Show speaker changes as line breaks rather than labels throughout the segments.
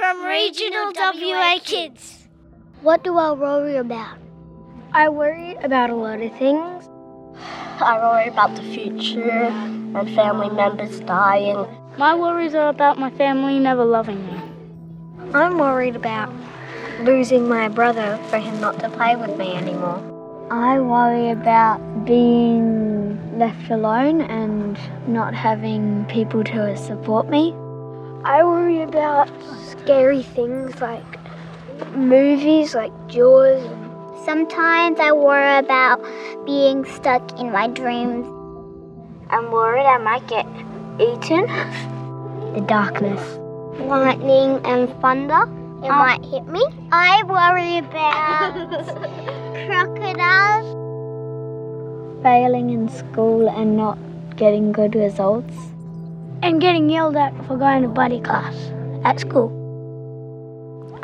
Original WA Kids.
What do I worry about?
I worry about a lot of things.
I worry about the future and family members dying.
My worries are about my family never loving me.
I'm worried about losing my brother for him not to play with me anymore.
I worry about being left alone and not having people to support me.
I worry about scary things like movies like Jaws.
Sometimes I worry about being stuck in my dreams.
I'm worried I might get eaten.
the darkness,
lightning, and thunder.
It
Oh.
um, might hit me.
I worry about crocodiles.
Failing in school and not getting good results.
And getting yelled at for going to buddy class at school.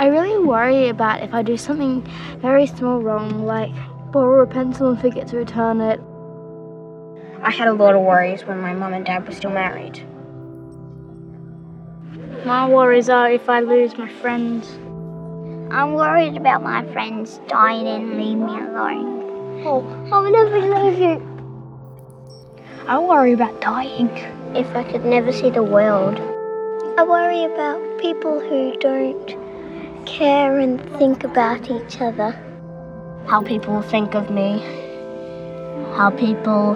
I really worry about if I do something very small wrong, like borrow a pencil and forget to return it.
I had a lot of worries when my mum and dad were still married.
My worries are if I lose my friends.
I'm worried about my friends dying and leave me alone.
Oh, I'll never leave you.
I worry about dying.
If I could never see the world.
I worry about people who don't care and think about each other.
How people think of me. How people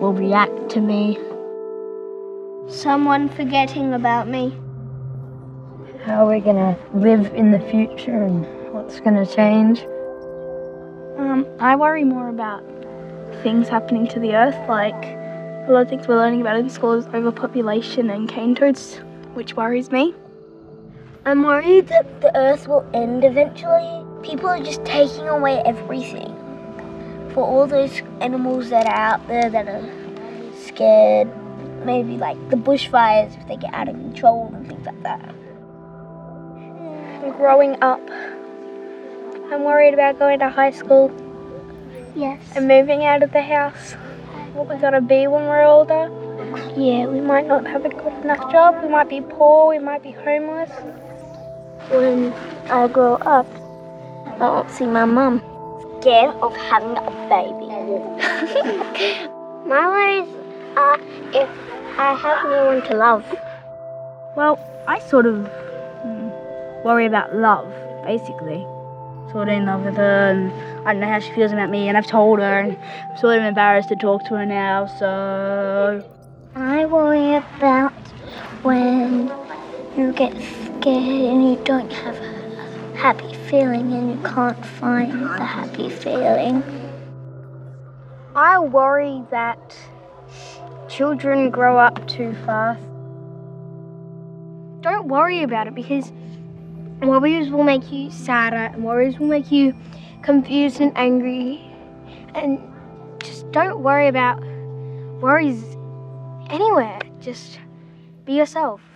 will react to me.
Someone forgetting about me
how we're going to live in the future and what's going to change.
Um, I worry more about things happening to the earth, like a lot of things we're learning about in school is overpopulation and cane toads, which worries me.
I'm worried that the earth will end eventually. People are just taking away everything. For all those animals that are out there that are scared, maybe like the bushfires if they get out of control and things like that
growing up. I'm worried about going to high school.
Yes.
Um,
And moving out of the house. What we're gonna be when we're older.
Yeah,
we might not have a good enough job. We might be poor. We might be homeless.
When I grow up, I won't see my mum.
Scared of having a baby.
my worries are if I have no one to love.
Well, I sort of hmm, worry about love, basically. Sort of in love with her, and I don't know how she feels about me, and I've told her, and I'm sort of embarrassed to talk to her now, so.
I worry about when you get scared and you don't have a happy feeling and you can't find the happy feeling.
I worry that children grow up too fast. Don't worry about it because worries will make you sadder and worries will make you confused and angry and just don't worry about worries anywhere just be yourself